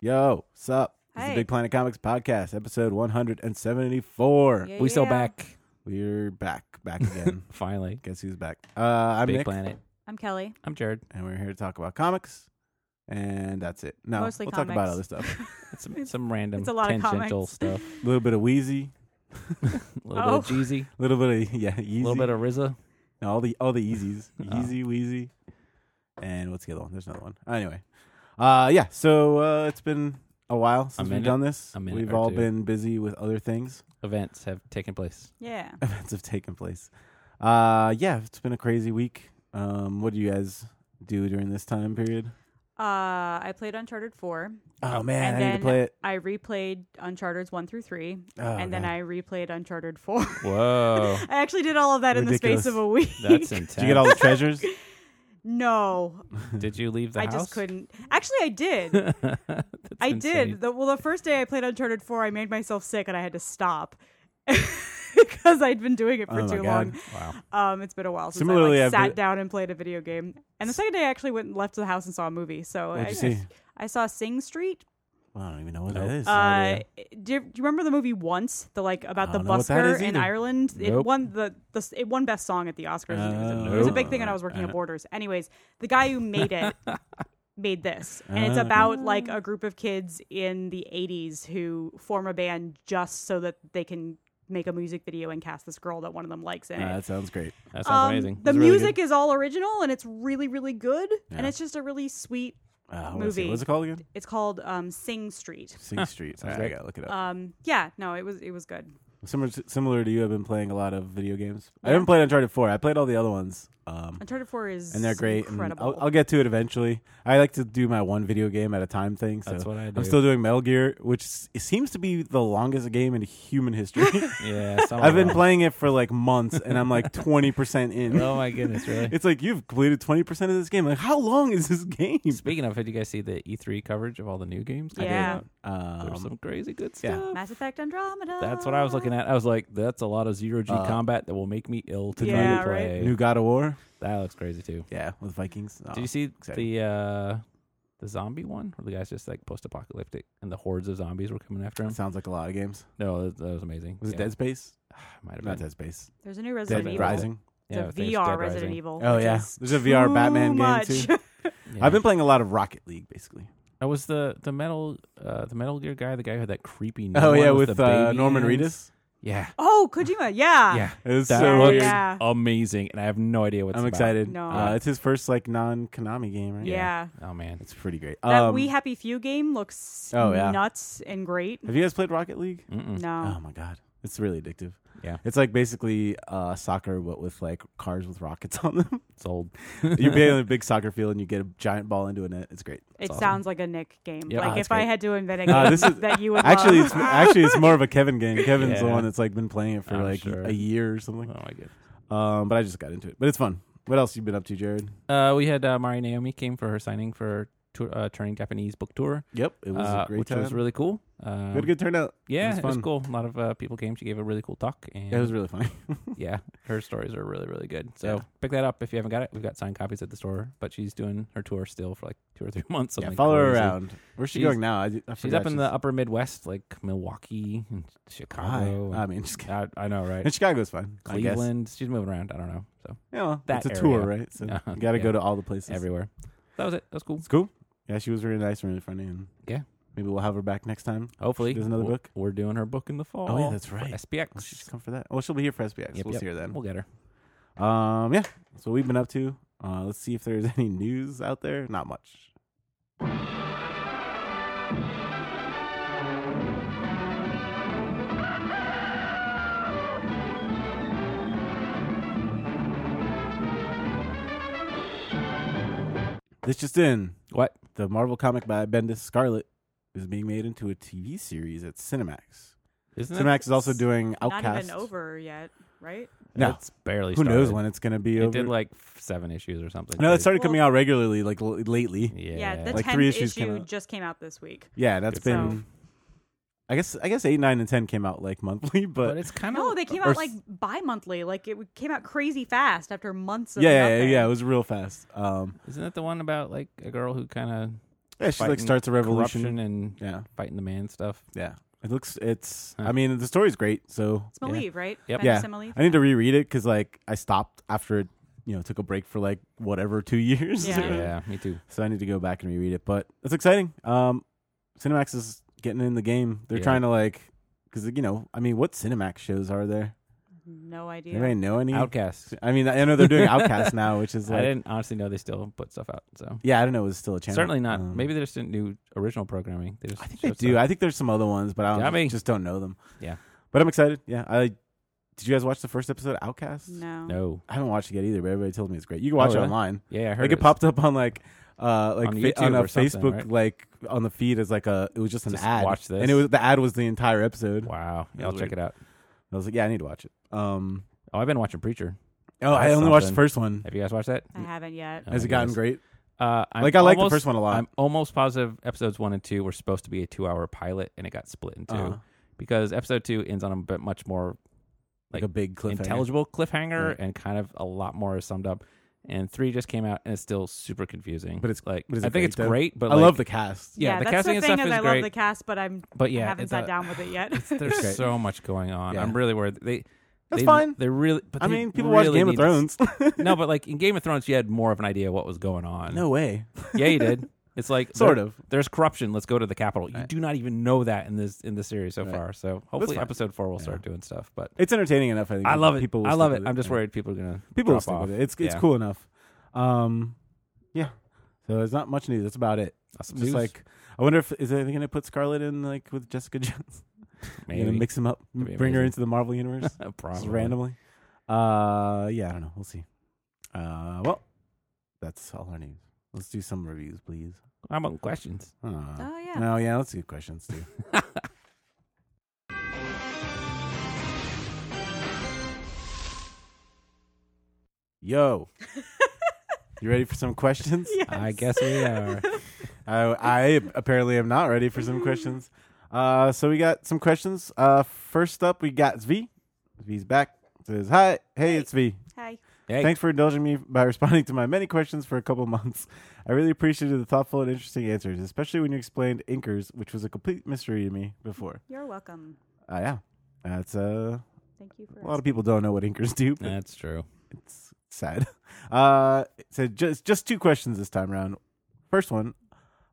Yo, sup? This is Hey. the Big Planet Comics podcast, episode 174. Yeah, we still yeah. back We're back, back again. finally. Guess who's back? Uh, I'm Big Nick, Planet. I'm Kelly. I'm Jared. and we're here to talk about comics, and that's it. No, Mostly we'll talk comics. about other stuff. It's some, some random it's a lot of tangential comics. stuff. A little bit of Wheezy, A little Oh. bit of Jeezy, a little bit of yeah, a Yeezy, little bit of RZA. No, all the all the Yeezys, Oh. Yeezy, Wheezy, and what's the other one? There's another one. Anyway, uh, yeah. So uh, it's been a while since we've minute- done this. a minute We've or all two. been busy with other things. Events have taken place. Yeah. Uh, events have taken place. Uh yeah, it's been a crazy week. Um what do you guys do during this time period? Uh, I played Uncharted 4. Oh man, And I need to then- play it. I replayed Uncharted's 1 through 3. Oh, and then God. I replayed Uncharted 4. Whoa, I actually did all of that in the Ridiculous. space of a week. that's intense. Did you get all the treasures? no, Did you leave the I house? just couldn't. Actually, I did. couldn't. I did. The, well, the first day I played Uncharted 4, I made myself sick and I had to stop because I'd been doing it for Oh, my too God. long. Wow. Um, it's been a while since Similarly, I I've like, sat been- down and played a video game. And the second day, I actually went and left to the house and saw a movie. So What'd I, you see? I saw Sing Street. Well, I don't even know what Nope. that is. Uh, do, you, do you remember the movie Once? The like about I the don't know what that is busker in either. Ireland. Nope. It won the, the it won best song at the Oscars. and it, was a, Oh. it was a Nope. big thing, and I was working at Borders. Anyways, the guy who made it made this, and it's Ah. about like a group of kids in the '80s who form a band just so that they can make a music video and cast this girl that one of them likes in Ah, it. that sounds great. That sounds Um, amazing. The It's really music is all original and it's really, really good. And Yeah. it's just a really sweet. Uh, I wanna see- Movie. What's it called again? It's called um, Sing Street. Sing Street. Sounds Alright, I great. gotta look it up. Um, yeah, no, it was it was good. similar, to, similar to you, I've been playing a lot of video games. I Uh. Yeah. haven't played Uncharted 4. I played all the other ones. Um, Uncharted Four is and they're great. and Incredible. I'll, I'll get to it eventually. I like to do my one video game at a time thing. So That's what I do. I'm still doing Metal Gear, which s- it seems to be the longest game in human history. yeah, some I've of been them. playing it for like months, and I'm like 20% in. Oh my goodness, really? It's like you've completed 20% of this game. Like, how long is this game? Speaking of, did you guys see the E3 coverage of all the new games? I did. Yeah. There's Um, some crazy good yeah. stuff. Mass Effect Andromeda. That's what I was looking at. I was like, that's a lot of zero G Uh, combat that will make me ill to try Yeah, to right. play. new God of War. That looks crazy too. Yeah, with Vikings. Oh, Did you see exciting. the uh the zombie one where the guy's just like post apocalyptic and the hordes of zombies were coming after him? Sounds like a lot of games. No, that, that was amazing. Was it yeah. Dead Space? Might have been. Not Dead Space. There's a new Resident Dead Evil. Rising. It's Yeah, I a think it's VR Dead Resident Rising. Evil. Oh which yeah, is there's a VR too Batman much. game too. Yeah. I've been playing a lot of Rocket League, basically. That was the the metal uh the Metal Gear guy, the guy who had that creepy. new Oh one yeah, with, with the uh, baby Norman hands. Reedus. Yeah, oh, Kojima. Yeah. yeah. It was That so looks- looks weird. Yeah. amazing, and I have no idea what's. I'm excited. No. Uh, it's his first like non-Konami game, right? Yeah. Oh man, It's pretty great. That Um, We Happy Few game looks Oh, yeah. nuts and great. have you guys played Rocket League? Mm-mm. No. Oh my god, it's really addictive. Yeah. it's like basically uh, soccer, but with like cars with rockets on them. it's old. you play on a big soccer field and you get a giant ball into a net. It's great. it awesome. sounds like a Nick game. Yeah, like oh, that's if I great. had to invent a game Uh, this is- that you would Actually, love. it's actually it's more of a Kevin game. Kevin's the Yeah. one that's like been playing it for I'm like sure. a year or Oh something. my god. Um, but I just got into it. But it's fun. What else you been up to, Jared? Uh, we had uh, Mari Naomi came for her signing for tour, uh, Turning Japanese Book Tour, Yep, it was uh, a great which time. was really cool. Um, Good, good turnout. Yeah, It was it was fun. cool. A lot of uh, people came. She gave a really cool talk, and It was really funny. yeah, her stories are really really good. So Yeah. pick that up if you haven't got it. We've got signed copies at the store, but she's doing her tour still for like two or three months. yeah, something follow her crazy. around. Where's she She's- going now? I, I She's up in the upper Midwest, like Milwaukee and Chicago. Oh, I mean, just kidding. and- I, I know, And right? Chicago's fun. I guess. Cleveland. She's moving around. I don't know. So Yeah, well, that it's a tour, area. right? So Uh-huh, you got to yeah. go to all the places. everywhere. That was it. That was cool. It's cool. Yeah, she was really nice and really funny. And Yeah. maybe we'll have her back next time. Hopefully, does another we're- book? We're doing her book in the fall. Oh yeah, that's for right. Well, she should SPX. come for that. Well, she'll be here for SPX. Yep, we'll yep. see her then. We'll get her. Um, yeah, that's what we've been up to. Uh, let's see if there's any news out there. Not much. This just in. What? The Marvel comic by Bendis Scarlet is being made into a TV series at Cinemax. Isn't it? Cinemax is also doing not Outcast. even over yet, right? No. It's barely. Who knows started. when it's going to be It over? did like f- seven issues or something. No, it Like, started Well- coming out regularly, like l- lately. Yeah. the Like tenth three issues issue came out. just came out this week. Yeah, that's Good for been. I guess I guess eight, nine, and ten came out like monthly, but, but, it's kind of No, they came Oh, or out s- like bi-monthly. Like it w- came out crazy fast after months of yeah, yeah, yeah, nothing. yeah, it was real fast. Um, Isn't that the one about like a girl who kind of Yeah, she like fighting starts a Corruption revolution. and Yeah, fighting the man stuff. yeah. It looks. It's. Huh. I mean, the story's great. So It's Malieve, right? Yep. Band Yeah. Malieve? I need to reread it because like I stopped after it, you know, took a break for like whatever two years. Yeah. yeah me too. so I need to go back and reread it. But it's exciting. Um, Cinemax is getting in the game. They're Yeah. trying to like, because you know, I mean, what Cinemax shows are there? No idea. Anybody know any? Outcast. I mean, I know they're doing Outcast now, which is I like, didn't honestly know they still put stuff out. So yeah, I don't know. It was still a channel. certainly not. Um, Maybe they just didn't do original programming. They just I think they showed do. stuff. I think there's some other ones, but I don't, Yeah, I mean- just don't know them. Yeah. but I'm excited. Yeah, I did. You guys watch the first episode of Outcast? No. no. I haven't watched it yet either, but everybody told me it's great. You can watch Oh, it really? online. Yeah, I heard Like it was- popped up on like uh like On fa- YouTube on a or something, Facebook right? like on the feed as like a it was just an Just ad. watch this. And it was the ad was the entire episode. Wow. It Yeah, I'll was check weird. it out. I was like, yeah, I need to watch it. Um Oh, I've been watching Preacher. Oh, I That's only watched the something. first one. Have you guys watched that? I haven't yet. Oh, Has it you guys- gotten great? Uh, I'm like I like the almost- first one a lot. I'm almost positive episodes one and two were supposed to be a two-hour pilot, and it got split in 2 Uh-huh. because episode two ends on a bit much more like, like, a big cliffhanger. intelligible cliffhanger Right. and kind of a lot more summed up. And three just came out, and it's still super confusing. But it's- like but is I it think great, it's though? great, but I like, love the cast. yeah, the that's casting the and thing stuff is, is I great. love the cast, but I'm But I yeah, haven't it's sat a- down with it yet. There's great. so much going on. Yeah. I'm really worried. They That's they- fine. They really. But I they mean, people watch really Game of need- Thrones. no, but like in Game of Thrones, you had more of an idea what was going on. no way. yeah, you did. It's like Sort there- of. There's corruption. Let's go to the capital. You Right. do not even know that in this in the series so Right. far. So hopefully, fine. episode four will start Yeah. doing stuff. But It's entertaining enough, I think. I love it. People will I stick love with it. I'm just Yeah. worried people are gonna people will drop stick off. with it. It's it's Yeah. cool enough. Um yeah. So there's not much news. That's about it. That's Just like I wonder if is they going to put Scarlet in like with Jessica Jones? You know, maybe mix them up, m- That'd be bring her amazing. into the Marvel universe just probably randomly. Uh, yeah, I don't know. We'll see. Uh, well, that's all our news. Let's do some reviews, please. How about questions? Uh, oh yeah. No, yeah, let's do questions too. Yo, you ready for some questions? Yes. I guess we are. I, I apparently am not ready for some questions. Uh, so we got some questions. Uh, first up, we got V. V's back. Says hi. Hey, it's V. Hi. Hey, Thanks for indulging me by responding to my many questions for a couple months. I really appreciated the thoughtful and interesting answers, especially when you explained inkers, which was a complete mystery to me before. You're welcome. Uh, yeah, that's uh, Thank you for a lot of people don't know what inkers do. But that's true. it's sad. Uh, so just just two questions this time around. First one,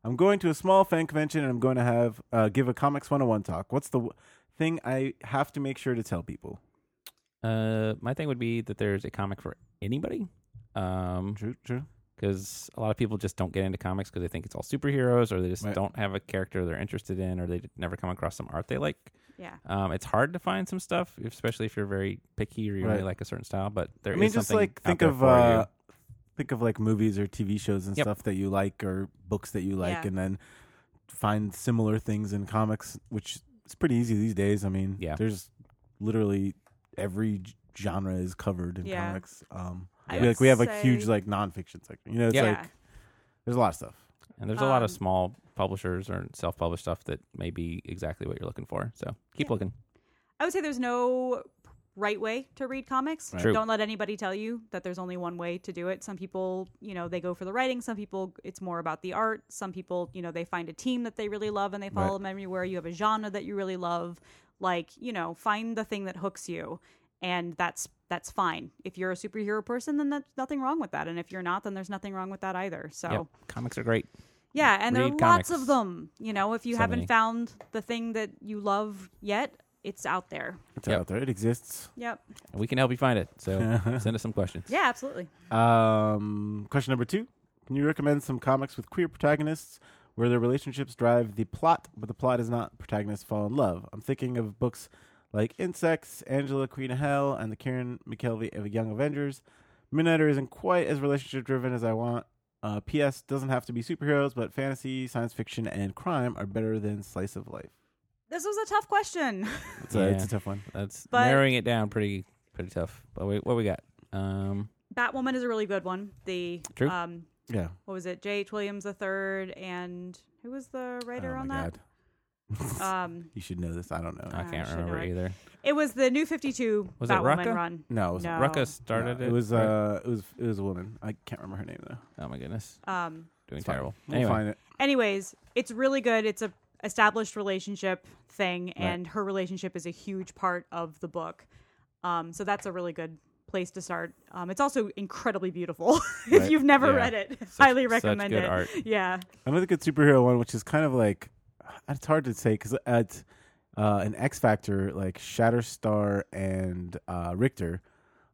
I'm going to a small fan convention and I'm going to have uh, give a comics 101 talk. What's the w- thing I have to make sure to tell people? Uh, my thing would be that there's a comic for anybody. Um, True, true. because a lot of people just don't get into comics because they think it's all superheroes, or they just Right. don't have a character they're interested in, or they d- never come across some art they like. yeah. Um, it's hard to find some stuff, especially if you're very picky or you Right. only like a certain style. But there I is mean, just something like out think there of for you. uh, think of like movies or TV shows and Yep. stuff that you like or books that you like, Yeah. and then find similar things in comics, which is pretty easy these days. I mean, Yeah. there's literally every g- genre is covered in Yeah. comics. Um, I we, would like we have like huge say- like nonfiction section. You know, it's Yeah. like there's a lot of stuff. and there's a lot of um, small publishers or self-published stuff that may be exactly what you're looking for. So keep Yeah. looking. I would say there's no right way to read comics. Right. True. Don't let anybody tell you that there's only one way to do it. Some people, you know, they go for the writing. Some people, it's more about the art. Some people, you know, they find a team that they really love and they follow Right. them everywhere. You have a genre that you really love. Like, you know, find the thing that hooks you. And that's that's fine. If you're a superhero person, then that's nothing wrong with that. And if you're not, then there's nothing wrong with that either. So Yep. Comics are great. yeah, and there are Read lots comics. of them. You know, if you So haven't many. found the thing that you love yet, it's out there. It's Yep. out there. It exists. Yep. And we can help you find it. So send us some questions. Yeah, absolutely. Um, question number two: Can you recommend some comics with queer protagonists where their relationships drive the plot, but the plot is not protagonists fall in love? I'm thinking of books like Insects, Angela, Queen of Hell, and the Karen McKelvey of Young Avengers. Midnighter isn't quite as relationship driven as I want. Uh, P.S. doesn't have to be superheroes, but fantasy, science fiction, and crime are better than slice of life. This was a tough question. It's, a, it's a Yeah. tough one. That's But- narrowing it down pretty pretty tough. But wait, what we got? Um, Batwoman is a really good one. The True. um Yeah. what was it? J.H. Williams III and who was the writer oh on my that? God. Um, You should know this. I don't know. I Oh, I can't should know remember it. either. it was the New Fifty Two Was it Batwoman Rucka? run. no, it was No. Rucka started it. it. was right? uh, it was it was a woman. I can't remember her name though. oh my goodness, Um, doing It's fine. terrible. We'll anyway, find it. anyways, it's really good. It's a established relationship thing, Right. and her relationship is a huge part of the book. Um, so that's a really good place to start. Um, it's also incredibly beautiful. if Right. you've never Yeah. read it, Such- highly recommend such good it. art. Yeah, Another good superhero one, which is kind of like it's hard to say because at uh, an X Factor like Shatterstar and uh, Richter,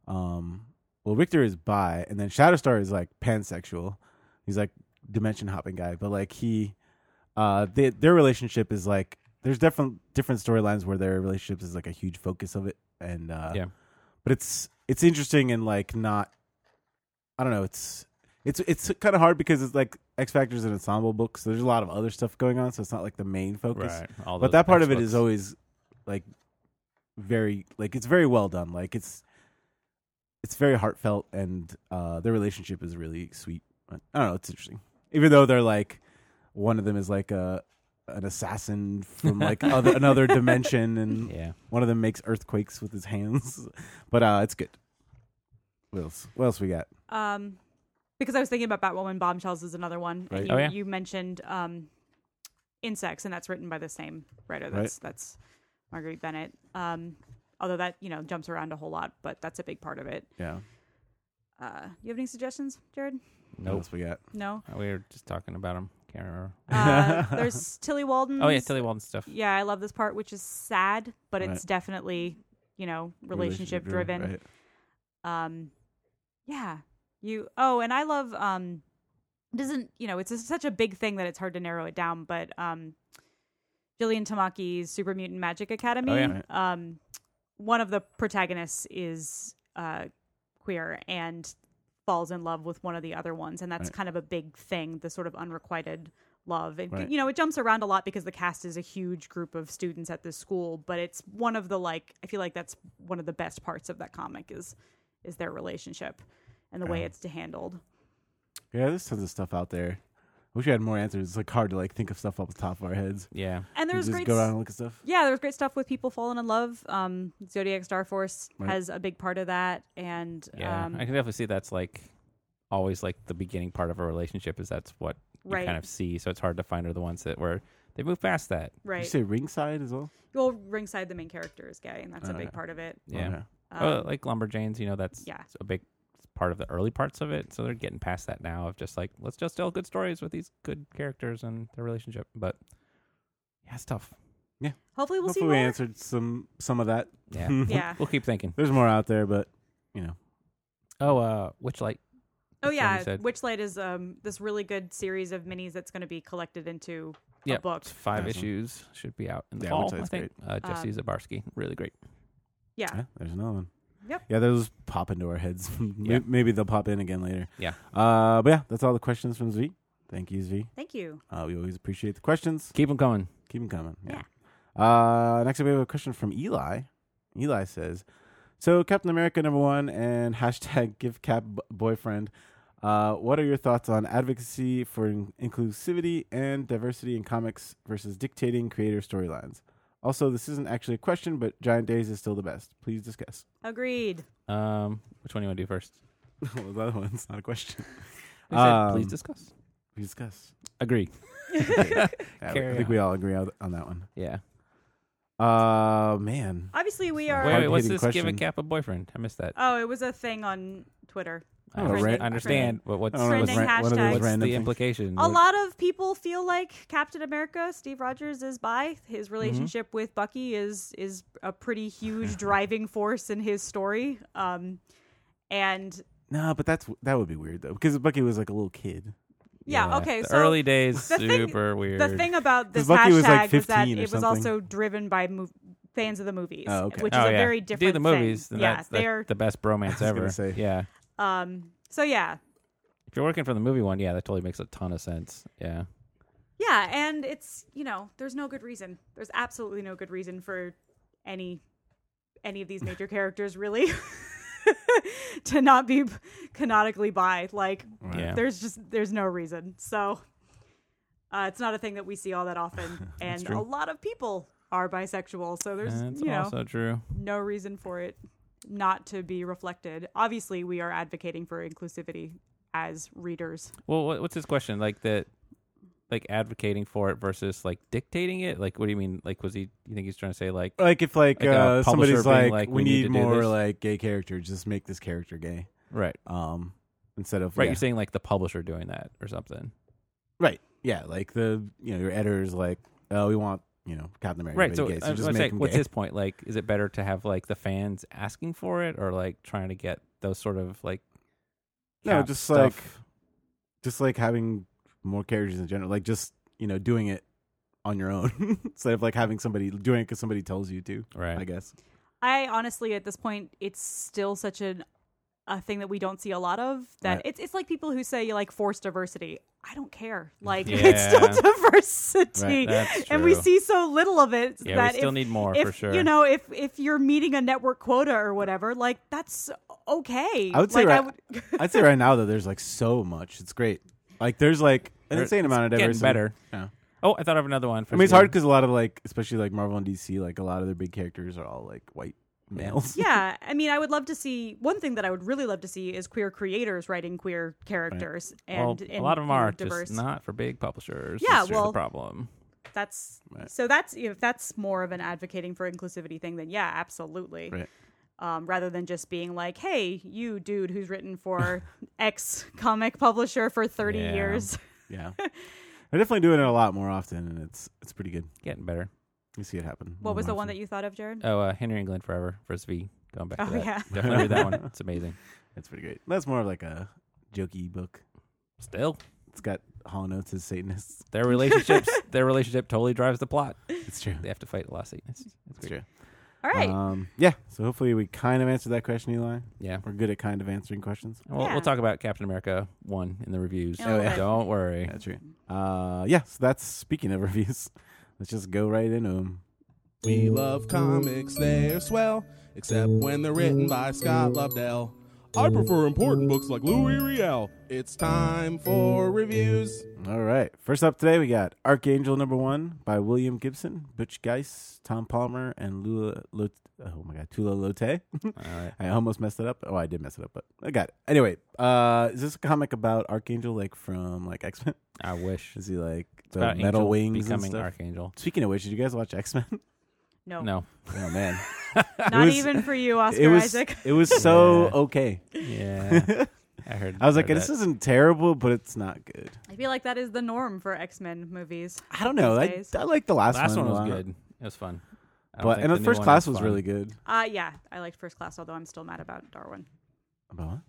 um, well Richter is bi, and then Shatterstar is like pansexual. He's like dimension hopping guy, but like he, uh, they, their relationship is like there's different different storylines where their relationship is like a huge focus of it, and uh, Yeah. but it's it's interesting and like not, I don't know, it's it's it's kind of hard because it's like X Factor's an ensemble book, so there's a lot of other stuff going on, so it's not like the main focus. right? All But those that part of it textbooks. is always like very like it's very well done. Like it's it's very heartfelt, and uh their relationship is really sweet. I don't know, it's interesting, even though they're like one of them is like a an assassin from like other, another dimension, and yeah. one of them makes earthquakes with his hands. But uh it's good. What else? What else we got? um, because I was thinking about Batwoman Bombshells is another one. Right. And you, Oh, yeah. you mentioned um, Insects, and that's written by the same writer. That's that's Marguerite Bennett. Um, although that you know jumps around a whole lot, but that's a big part of it. Yeah, Uh, you have any suggestions, Jared? what Nope. else we got? No. We were just talking about him. Can't remember. Uh, there's Tilly Walden. Oh yeah, Tilly Walden stuff. Yeah, I love this part, which is sad, but Right. it's definitely you know relationship driven. Right. um yeah you oh and i love um it doesn't you know it's a, such a big thing that it's hard to narrow it down but um jillian tamaki's super mutant magic academy yeah. um one of the protagonists is uh queer and falls in love with one of the other ones and that's Right. kind of a big thing the sort of unrequited love and Right. you know it jumps around a lot because the cast is a huge group of students at this school but it's one of the like i feel like that's one of the best parts of that comic is is their relationship and the way Yeah. it's handled Yeah, there's tons of stuff out there. I wish we had more answers. It's like hard to like think of stuff off the top of our heads. Yeah. and We there's just great go s- around and look at stuff. yeah there's great stuff with people falling in love um zodiac star force Right. has a big part of that and Yeah. um I can definitely see that's like always like the beginning part of a relationship is that's what Right. you kind of see. So it's hard to find are the ones that were they move past that. Did you right say ringside as well? well ringside the main character is gay and that's a Oh, big yeah. part of it Yeah. Okay. um, oh, like Lumberjanes, you know, that's yeah. a big part of the early parts of it. So they're getting past that now of just like, let's just tell good stories with these good characters and their relationship. But yeah, it's tough. hopefully we'll Hopefully, see we more. answered some some of that. Yeah. Yeah. We'll keep thinking. There's more out there, but you know, Oh, uh, which light? Oh That's what we yeah, said. Witchlight is um this really good series of minis that's going to be collected into Yeah, a book. it's five Awesome. issues should be out in the Yeah, fall. which I is think uh, Jesse Um, Zabarski, really great. Yeah, yeah, there's another one. Yep. Yeah, those pop into our heads. May- Yeah. Maybe they'll pop in again later. Yeah. Uh, but yeah, that's all the questions from Z. Thank you, Z. thank you. Uh, we always appreciate the questions. Keep them coming. Keep them coming. Yeah. Uh, next up, we have a question from Eli. Eli says, "So Captain America number one and hashtag Give Cap b- Boyfriend. Uh, what are your thoughts on advocacy for in- inclusivity and diversity in comics versus dictating creator storylines? Also, this isn't actually a question, but Giant Days is still the best. Please discuss. Agreed. Um, which one do you want to do first? well, the other one's not a question. Who said, Please Um, discuss. Please discuss. Agree. Yeah, I Carry think on. we all agree on on that one. Yeah. Uh, man, Obviously, we Wait, are. Wait, wait, what's Hard-hitting this? Give a question. cap a boyfriend. I missed that. Oh, it was a thing on Twitter. I Oh, understand- right. I understand, but what's, I don't know, it was what's, Trending ran- one of hashtag. those what's random the things. implication? A lot of people feel like Captain America, Steve Rogers, is bi. His Mm-hmm. relationship with Bucky is is a pretty huge driving force in his story. Um, and No, but that's that would be weird though, because Bucky was like a little kid. yeah, okay. The so early days, the thing- super weird. the thing about this Bucky hashtag was, was, like, that 15 or it was something. also driven by mov- fans of the movies, Oh, okay. which Oh, is a yeah. very Do different the thing. movies. then yeah, that's the- they're the best bromance I was ever. gonna say. Yeah. um. So yeah, If you're working for the movie one, yeah, that totally makes a ton of sense. Yeah. yeah, and it's you know there's no good reason. There's absolutely no good reason for any any of these major characters really to not be canonically bi. Like Yeah. there's just there's no reason. So Uh, it's not a thing that we see all that often, and true. a lot of people are bisexual, so there's That's you know also true. no reason for it not to be reflected. Obviously, we are advocating for inclusivity as readers. Well, what, what's his question? Like that, like advocating for it versus like dictating it. Like, what do you mean? Like, was he? You think he's trying to say like? Like if like, Like a uh, publisher somebody's like, being like, we, "We need, need to do more this." like gay characters, just make this character gay. Right. Um, instead of Right. yeah. You're saying like the publisher doing that or something. right, yeah, like the you know your editors like, oh, we want you know Captain America Right. to So, be gay, I so was just gonna make say, him what's gay. his point? Like, is it better to have like the fans asking for it or like trying to get those sort of like? No, cap just stuff? like just like having more characters in general, like just you know doing it on your own instead of like having somebody doing it because somebody tells you to. right. I guess. I honestly, at this point, it's still such an a thing that we don't see a lot of. That Right. it's it's like people who say you like force diversity. I don't care. Like it's Yeah. still diversity, Right, that's and we true. see so little of it yeah, that we still if, need more if for sure. you know if if you're meeting a network quota or whatever, like that's okay. I would say like, I right- I'd say right now though, there's like so much. It's great. Like there's like an There- insane it's amount of getting diversity. better. Yeah. Oh, I thought of another one. For I mean, it's Steven. hard because a lot of like, especially like Marvel and DC, like a lot of their big characters are all like white males. yeah, I mean, I would love to see one thing that I would really love to see is queer creators writing queer characters, Well, and, and a lot of them you know, are diverse. just not for big publishers. Yeah, That's just well- the problem. That's Right. so that's if that's more of an advocating for inclusivity thing, then yeah, absolutely. Right. Um, rather than just being like, "Hey, you dude who's written for X comic publisher for thirty Yeah. years," Yeah, they're definitely doing it a lot more often, and it's it's pretty good. Getting better. You see it happen. what was the one that you? you thought of, Jared? Oh, uh, Henry England Forever versus V. Going back. Oh, to that. yeah. definitely read that one. It's amazing. That's pretty great. That's more of like a jokey book. Still, It's got Hall Notes as Satanists. their relationships, their relationship totally drives the plot. It's true. They have to fight a lot of Satanists. It's It's great. true. All right. Um, yeah. So hopefully we kind of answered that question, Eli. Yeah. We're good at kind of answering questions. And We'll, Yeah. we'll talk about Captain America one in the reviews. In a Oh, little yeah. bit. Don't worry. That's true. Uh, yeah. So that's speaking of reviews. Let's just go right into them. We love comics, they're swell, except when they're written by Scott Lobdell. I prefer important books like Louis Riel. It's time for reviews. All right. First up today, we got Archangel number one by William Gibson, Butch Geiss, Tom Palmer, and Lula. Lot- oh my God, Tula Lote. All right. I almost messed it up. Oh, I did mess it up, but I got it. Anyway, uh, is this a comic about Archangel, like from like X Men? I wish. Is he like the About metal Angel wings and becoming stuff? Archangel. Speaking of which, did you guys watch X Men? no, No. Oh man, not was- even for you, Oscar it was Isaac. it was so Yeah. okay. Yeah. I heard. I was like, heard this that. isn't terrible, but it's not good. I feel like that is the norm for X Men movies. I don't know. These I, days. I like the last, last one a was lot. good. It was fun. I don't but think and the, new first one class was fun. really good. Uh yeah, I liked First Class, although I'm still mad about Darwin. About what?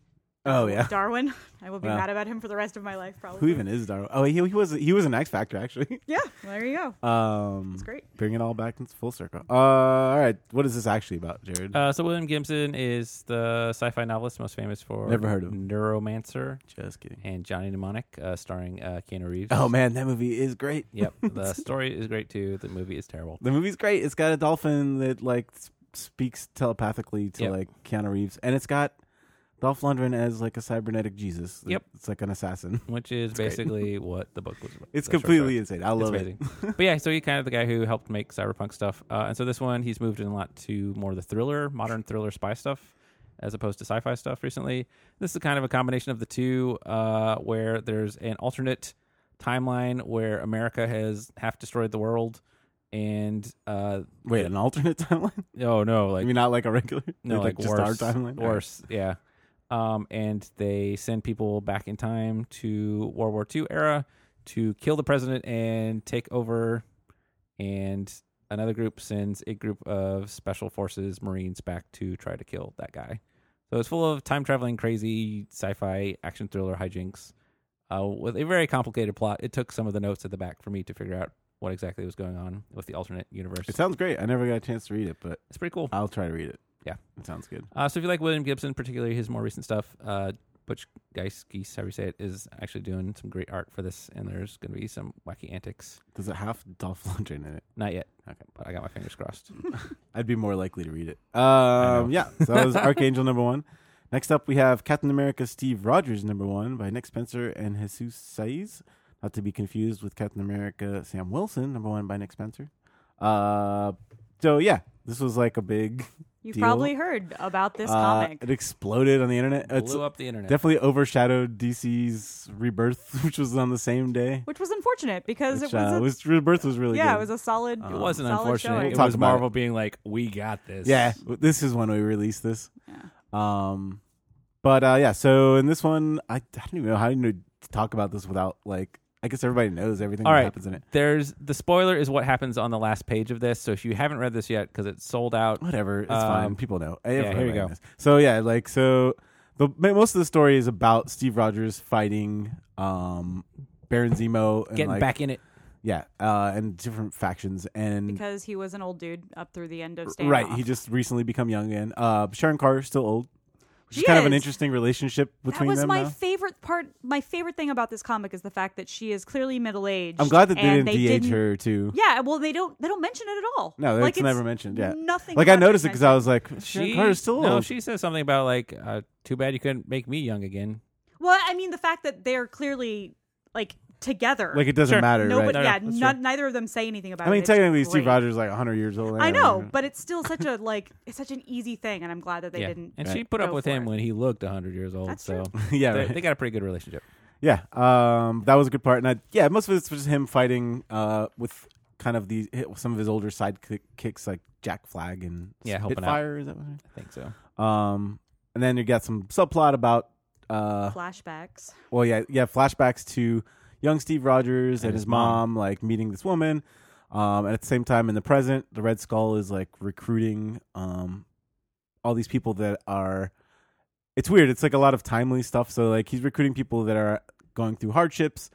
Oh yeah. Darwin. I will be Wow. mad about him for the rest of my life, probably. Who even is Darwin? Oh, he, he was he was an X Factor actually. Yeah, there you go. Um, It's great. Bring it all back into full circle. Uh, all right. What is this actually about, Jared? Uh, so William Gibson is the sci-fi novelist most famous for Never heard of him. Neuromancer Just kidding. and Johnny Mnemonic, uh, starring uh, Keanu Reeves. Oh man, that movie is great. Yep, the story is great too. The movie is terrible. The movie's great. It's got a dolphin that like s- speaks telepathically to Yep. like Keanu Reeves, and it's got Dolph Lundgren as like a cybernetic Jesus. Yep. it's like an assassin. Which is great. basically what the book was about. It's The short completely story. insane. I love it. it's amazing. but yeah, so he's kind of the guy who helped make cyberpunk stuff. Uh, and so this one, he's moved in a lot to more of the thriller, modern thriller spy stuff, as opposed to sci-fi stuff recently. This is kind of a combination of the two, uh, where there's an alternate timeline where America has half destroyed the world, and uh, Wait, an alternate timeline? oh no, like I mean, not like a regular. no, like, just worse, our timeline. worse, yeah. Um, and they send people back in time to World War II era to kill the president and take over. And another group sends a group of special forces Marines back to try to kill that guy. So it's full of time traveling, crazy sci-fi action thriller hijinks uh, with a very complicated plot. It took some of the notes at the back for me to figure out what exactly was going on with the alternate universe. It sounds great. I never got a chance to read it, but it's pretty cool. I'll try to read it. Yeah. it sounds good. Uh, so if you like William Gibson, particularly his more recent stuff, uh, Butch Geis, Geis, however you say it, is actually doing some great art for this, and there's going to be some wacky antics. Does it have Dolph Lundgren in it? Not yet. Okay. But I got my fingers crossed. I'd be more likely to read it. Um, yeah, so that was Archangel number one. Next up, we have Captain America Steve Rogers number one by Nick Spencer and Jesus Saiz. not to be confused with Captain America Sam Wilson, number one by Nick Spencer. Uh, so yeah, this was like a big You've deal. probably heard about this uh, comic. It exploded on the internet. It's Blew up the internet. definitely overshadowed DC's Rebirth, which was on the same day. which was unfortunate because Which, it was, uh, a, was- Rebirth was really yeah, good. it was a solid. It it wasn't solid unfortunate. showing. It Talk was about Marvel being like, "We got this." Yeah, w- this is when we released this. Yeah. Um, but uh, yeah, so in this one, I, I don't even know how to talk about this without like. I guess everybody knows everything All that right. happens in it. There's the spoiler is what happens on the last page of this. So if you haven't read this yet, because it's sold out, Whatever, it's Um, fine. People know. Everybody here you go. knows. So yeah, like so, the ma- most of the story is about Steve Rogers fighting um Baron Zemo and getting like, back in it. yeah, uh, and different factions and because he was an old dude up through the end of Standoff. right. He just recently become young again. Uh, Sharon Carter still old, which is She kind of an is. interesting relationship that between was them. my now. favorite part. My favorite thing about this comic is the fact that she is clearly middle aged. I'm glad that they didn't they DH didn't- her too. Yeah, well, they don't. They don't mention it at all. No, like, it's never mentioned. Yeah, nothing. Like I about noticed it because I was like, Sharon She Carter's still no. old. She says something about like, uh, "Too bad you couldn't make me young again." Well, I mean, the fact that they're clearly like together. like it doesn't Sure. matter, nobody. right? No, no, yeah, that's none- neither of them say anything about I it. mean, It's technically, Steve great. Rogers is like 100 years old. I know, but it's still such a like. It's such an easy thing, and I'm glad that they yeah, didn't. and Right. she put up go with for him it. when he looked 100 years old. That's so yeah, they, right. they got a pretty good relationship. yeah. Um, that was a good part, and I, yeah, most of it's just him fighting uh, with kind of the some of his older sidekick kicks like Jack Flag and Yeah, helping out. Spitfire. Is that what? I think so. it- Um, and then you got some subplot about uh, flashbacks. well, yeah, yeah, flashbacks to young Steve Rogers and, his, mom, like meeting this woman. Um, and at the same time, in the present, the Red Skull is like recruiting um, all these people that are. It's weird. It's like a lot of timely stuff. So like he's recruiting people that are going through hardships,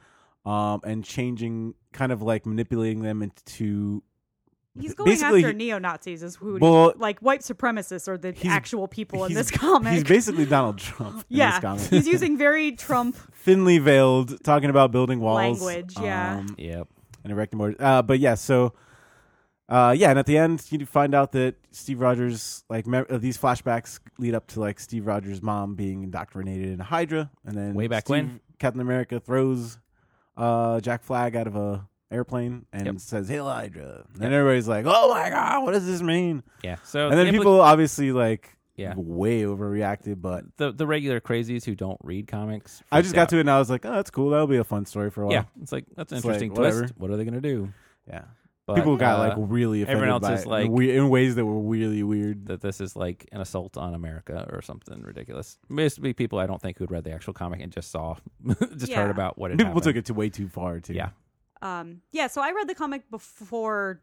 um, and changing, kind of like manipulating them into. He's B- going basically, after he- neo Nazis, is who Well- like white supremacists are the He's- actual people in he's- this comic. He's basically Donald Trump. in yeah, this comic. he's using very Trump. thinly veiled, talking about building walls. Language, yeah. um, Yep. and erecting more. Uh, but yeah, so uh, yeah, and at the end you find out that Steve Rogers, like me- uh, these flashbacks lead up to like Steve Rogers' mom being indoctrinated in Hydra, and then Way back Steve- when. Captain America throws uh, Jack Flag out of a airplane and Yep. says "Hail Hydra," and everybody's like, "Oh my god, what does this mean?" Yeah. So and then the impli- people obviously like Yeah. way overreacted, but. the the regular crazies who don't read comics. I just freaked got out. to it and I was like, oh, that's cool. That'll be a fun story for a while. Yeah, it's like that's an It's like, interesting whatever. twist. What are they gonna do? Yeah. But, People got uh, like really offended everyone else by is it like- in, we- in ways that were really weird. that this is like an assault on America or something ridiculous. Basically, people I don't think who'd read the actual comic and just saw, just Yeah. heard about what had People happened. took it to way too far too. Yeah. Um, yeah, so I read the comic before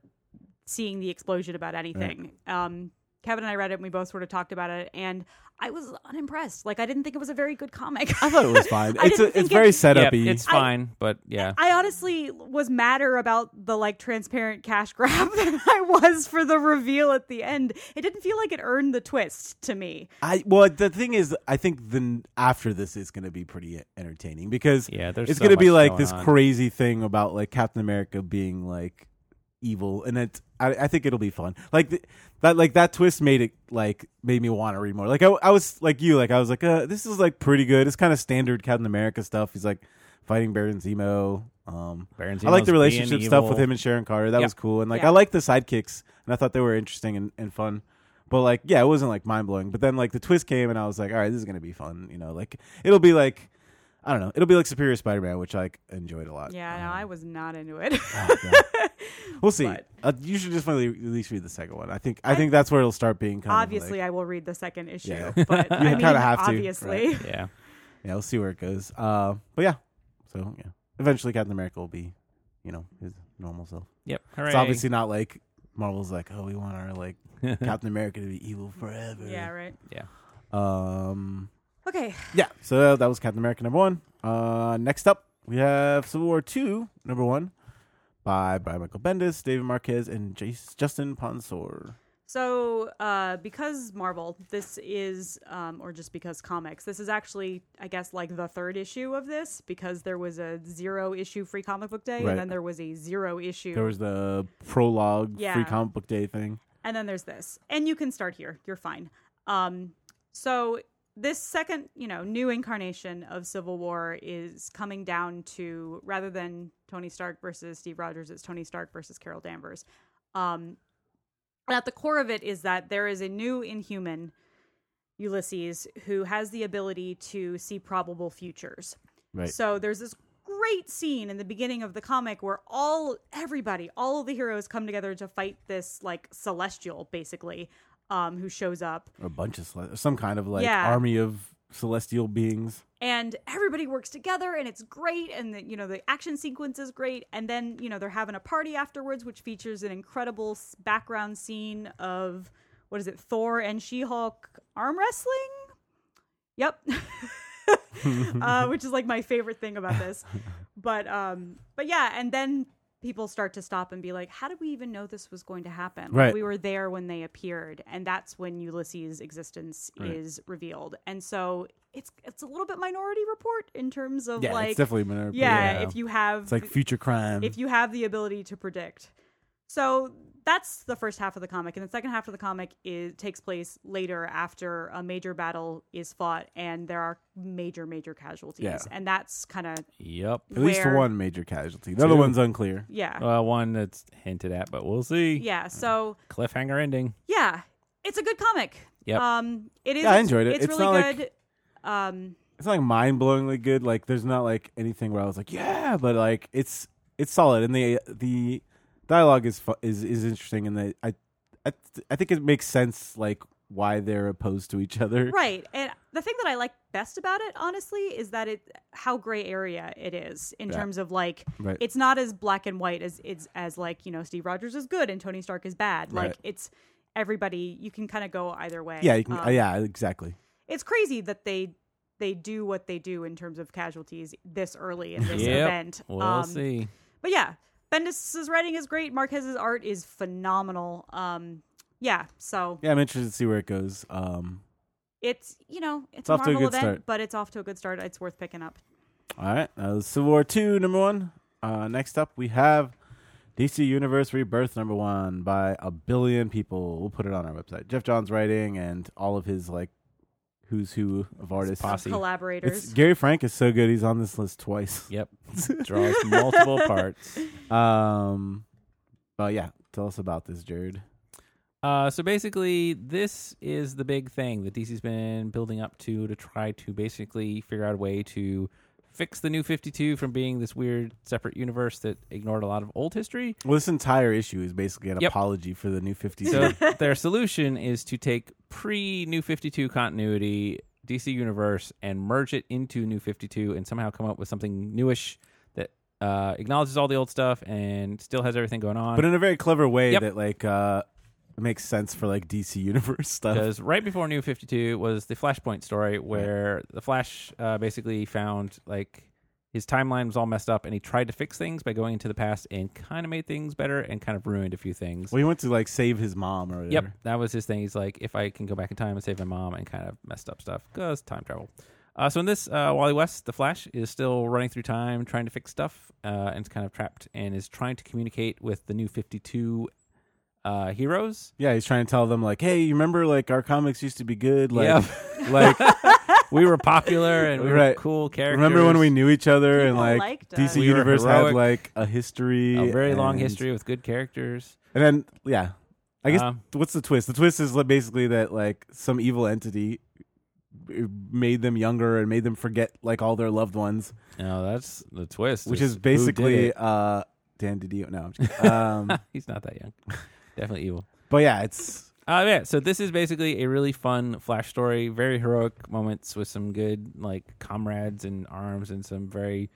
seeing the explosion about anything. Um, Kevin and I read it, and we both sort of talked about it, and I was unimpressed. Like I didn't think it was a very good comic. I thought it was fine. I it's didn't a, it's think very it- set Yeah, up it's fine, but yeah, I honestly was madder about the like transparent cash grab than I was for the reveal at the end. It didn't feel like it earned the twist to me. I well, the thing is, I think the after this is going to be pretty entertaining because yeah. There's it's so going to be much like going this on. crazy thing about like Captain America being like evil, and it. I, I think it'll be fun. Like th- that, like that twist made it like made me want to read more. Like I, I was like you, like I was like, uh, this is like pretty good. It's kind of standard Captain America stuff. He's like fighting Baron Zemo. Um, Baron I like the Zemo's relationship being stuff with evil. him and Sharon Carter. That Yeah. was cool, and like Yeah. I like the sidekicks, and I thought they were interesting and, and fun. But like, yeah, it wasn't like mind blowing. But then like the twist came, and I was like, all right, this is gonna be fun. You know, like it'll be like I don't know, it'll be like Superior Spider Man, which I like, enjoyed a lot. Yeah, no, Um, I was not into it. we'll see. but- Uh, you should just finally at least read the second one. I think I, think that's where it'll start being kind obviously, Of like, I will read the second issue, Yeah. but I You mean, kinda have to, obviously. Yeah, yeah, we'll see where it goes. Uh, but yeah, so yeah, eventually Captain America will be, you know, his normal self. yep. Hooray. It's obviously not like Marvel's like, oh, we want our like Captain America to be evil forever. Yeah, right. Um. Okay, Yeah. So that was Captain America number one. Uh, next up we have Civil War two number one by by Michael Bendis, David Marquez, and Jace, Justin Ponsor. so uh, because Marvel, this is, um, or just because comics, this is actually, I guess, like the third issue of this because there was a zero issue free comic book day, Right. and then there was a zero issue, There was the prologue free Yeah. comic book day thing. and then there's this, and you can start here. You're fine. Um, so this second, you know, new incarnation of Civil War is coming down to rather than Tony Stark versus Steve Rogers, it's Tony Stark versus Carol Danvers. Um, and at the core of it is that there is a new Inhuman, Ulysses, who has the ability to see probable futures. Right. So there's this great scene in the beginning of the comic where all everybody, all of the heroes come together to fight this like celestial, basically, um, who shows up. a bunch of cele- some kind of like Yeah. army of celestial beings. and everybody works together and it's great and the, you know the action sequence is great and then you know they're having a party afterwards which features an incredible s- background scene of what is it thor and she-hulk arm wrestling yep uh, which is like my favorite thing about this but um but yeah and then people start to stop and be like how did we even know this was going to happen Like, Right. we were there when they appeared and that's when ulysses existence Right. is revealed and so it's it's a little bit minority report in terms of Yeah, like it's definitely been a- yeah, yeah. if you have It's like future crime. if you have the ability to predict. So that's the first half of the comic, and the second half of the comic is takes place later after a major battle is fought, and there are major, major casualties, Yeah. and that's kind of Yep. At least for where- one major casualty. The other Two. one's unclear. yeah, Well, Uh, one that's hinted at, but we'll see. yeah. So Cliffhanger ending. yeah, it's a good comic. Yep. Um, it is. Yeah, I enjoyed it. It's, It's really not like- good. um, It's not like mind blowingly good. Like there's not like anything where I was like, yeah, but like it's it's solid and the the dialogue is fu- is is interesting and the, I I th- I think it makes sense like why they're opposed to each other. Right. And the thing that I like best about it, honestly, is that it how gray area it is in Yeah. terms of like Right. it's not as black and white as it's as like, you know, Steve Rogers is good and Tony Stark is bad. Like Right. it's everybody you can kind of go either way. Yeah, you can, uh, Um, yeah, exactly. It's crazy that they they do what they do in terms of casualties this early in this Yep. event. We'll Um, see. But yeah, Bendis's writing is great, Marquez's art is phenomenal. Um yeah, so Yeah, I'm interested to see where it goes. Um, it's you know it's, a off to a Marvel good event, start. but it's off to a good start. It's worth picking up. all right, that was uh, Civil War two number one. Uh, next up we have DC Universe Rebirth number one by a billion people. We'll put it on our website. Jeff Johns writing and all of his like who's who of artists. posse. See. Collaborators. It's, Gary Frank is so good. He's on this list twice. Yep. Draws multiple parts. Um, but yeah, tell us about this, Jared. Uh, so basically, this is the big thing that DC's been building up to to try to basically figure out a way to fix the new 52 from being this weird separate universe that ignored a lot of old history. Well, this entire issue is basically an Yep. apology for the new 50. So their solution is to take pre New 52 continuity DC universe and merge it into New 52 and somehow come up with something newish that uh, acknowledges all the old stuff and still has everything going on. but in a very clever way Yep. that like uh makes sense for like DC Universe stuff. because right before New Fifty Two was the Flashpoint story where the Flash uh, basically found like his timeline was all messed up, and he tried to fix things by going into the past and kind of made things better and kind of ruined a few things. Well, he went to like save his mom or whatever. Yep, that was his thing. He's like, if I can go back in time and save my mom, and kind of messed up stuff because time travel. Uh, so in this, uh, Wally West, the Flash, is still running through time, trying to fix stuff, uh, and is kind of trapped, and is trying to communicate with the New Fifty Two uh, heroes. Yeah, he's trying to tell them like, hey, you remember like our comics used to be good. Like, Yep. like we were popular and we were Right. cool characters. remember when we knew each other and People like liked us. DC We were Universe heroic. had like a history, a very long and- history with good characters? And then yeah, I guess Um, what's the twist? The twist is li- basically that like some evil entity b- made them younger and made them forget like all their loved ones, No, that's the twist. which is is who did basically it. uh Dan DiDio. No, I'm just kidding. um, he's not that young. Definitely evil. but yeah, it's Uh, yeah, so this is basically a really fun flash story, very heroic moments with some good like comrades and arms and some very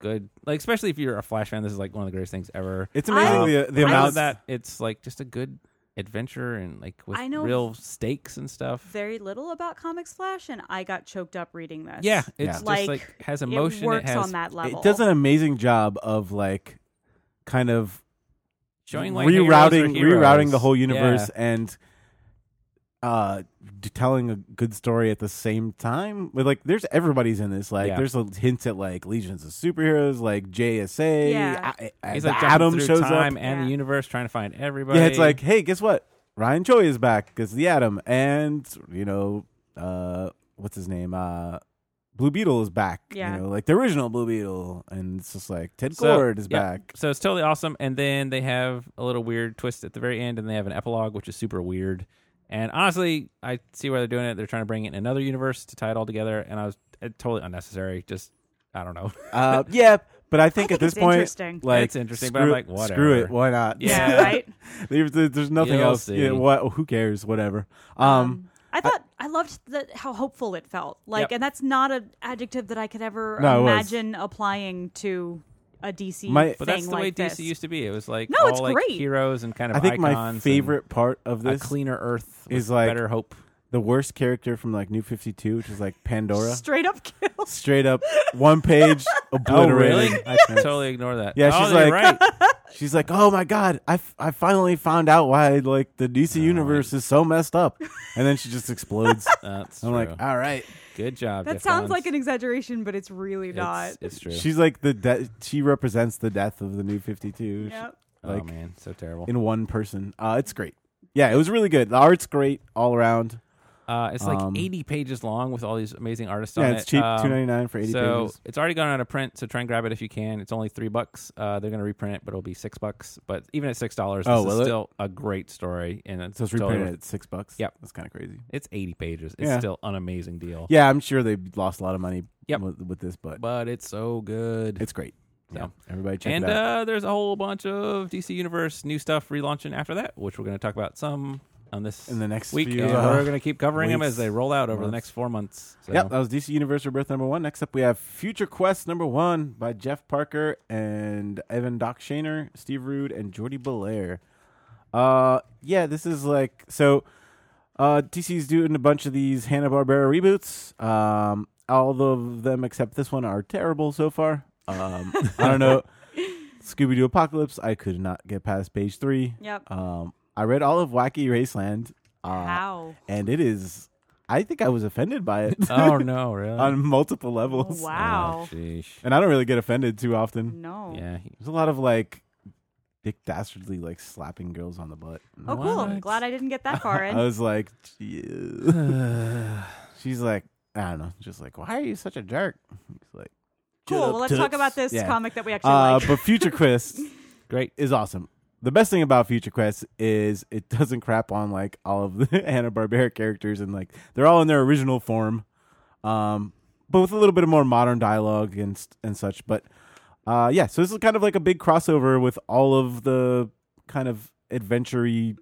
good like especially if you're a flash fan, this is like one of the greatest things ever. it's amazing I- the, the I amount Beyond that it's like just a good adventure and like with I know- real stakes and stuff. Very little about Comics Flash, and I got choked up reading this. yeah, it's just like, Like, has emotion. it works has on that level. it does an amazing job of like kind of showing like heroes are rerouting heroes. rerouting the whole Yeah. universe and uh d- telling a good story at the same time with like there's everybody's in this like Yeah. there's a hint at like legions of superheroes like jsa Yeah. A- a- He's the like jumping atom through shows time up and the Yeah. universe trying to find everybody. yeah it's like hey guess what ryan choi is back because the atom and you know uh what's his name? Uh, Blue Beetle is back. Yeah. You know, like the original Blue Beetle, and it's just like Ted So, Cord is yeah. back. So it's totally awesome. And then they have a little weird twist at the very end, and they have an epilogue, which is super weird. And honestly, I see why they're doing it. They're trying to bring it in another universe to tie it all together. And I was it, totally unnecessary. Just I don't know. Uh, yeah, but I think, think at this it's point, interesting. like It's interesting, screw, but I'm like, it, screw it, whatever. why not? Yeah, Yeah. right. there's, there's nothing You'll else. see. Yeah, what, who cares? Whatever. Um, Um, I thought I, loved that how hopeful it felt. Like, Yep. and that's not an adjective that I could ever No, it was. imagine applying to a DC My- thing But But that's the like way this. DC used to be. It was like No, all it's like great. heroes and kind of I think icons. my and favorite part of a this cleaner Earth with is, like, better hope. the worst character from like New Fifty Two, which is like Pandora. Straight up kill. Straight up, one page obliterated. I totally ignore that. Yeah, Oh, she's you're like- right. She's like, "Oh my god, I, f- I finally found out why like the DC universe is so messed up," and then she just explodes. That's I'm true. like, "Ah." "All right." good job. That Jeff sounds Johns. like an exaggeration, but it's really not. It's, it's true. She's like the de- she represents the death of the New Fifty Two. Yep. like- oh man, so terrible. in one person. Uh, it's great. Yeah, it was really good. The art's great all around. Uh, it's like Um, 80 pages long with all these amazing artists on Yeah, it. it's cheap, Um, two ninety nine for eighty so pages. it's already gone out of print, so try and grab it if you can. It's only three bucks. Uh, they're going to reprint it, but it'll be six bucks. But even at six dollars, Oh, this will is it? still a great story. And it's So it's totally- reprinted at six bucks. Yep. that's kind of crazy. It's 80 pages. It's Yeah. still an amazing deal. Yeah, I'm sure they lost a lot of money. Yep. with, with this, but but it's so good. it's great. So- Yeah, everybody check and it out. uh, there's a whole bunch of DC Universe new stuff relaunching after that, which we're going to talk about some on this In the next week. few, and uh, we're going to keep covering them weeks, as they roll out over the months. next four months. So. Yep, that was DC Universe Rebirth number one. Next up, we have Future Quest number one by Jeff Parker and Evan Doc Shaner, Steve Rude, and Jordy Belair. Uh, yeah, this is like so. Uh, DC's doing a bunch of these Hanna Barbera reboots. Um, all of them except this one are terrible so far. Um, I don't know. Scooby Doo Apocalypse. I could not get past page three. Yep. Um, I read all of Wacky Raceland. Uh, How? and it is. I think I was offended by it oh no, really? on multiple Oh, levels. wow. Oh. Oh, sheesh. And I don't really get offended too often. No. Yeah. he- There's a lot of like Dick Dastardly like slapping girls on the butt. Oh, cool. I'm What? glad I didn't get that far I in. was like, "Gee." she's like, I don't know, just like, why are you such a jerk? He's like, cool. Well, let's talk about this Yeah. comic that we actually uh, like. but Future Quest Great. is awesome. The best thing about Future Quest is it doesn't crap on like all of the Hanna Barbera characters and like they're all in their original form, um, but with a little bit of more modern dialogue and s- and such. But uh, yeah, so this is kind of like a big crossover with all of the kind of adventure you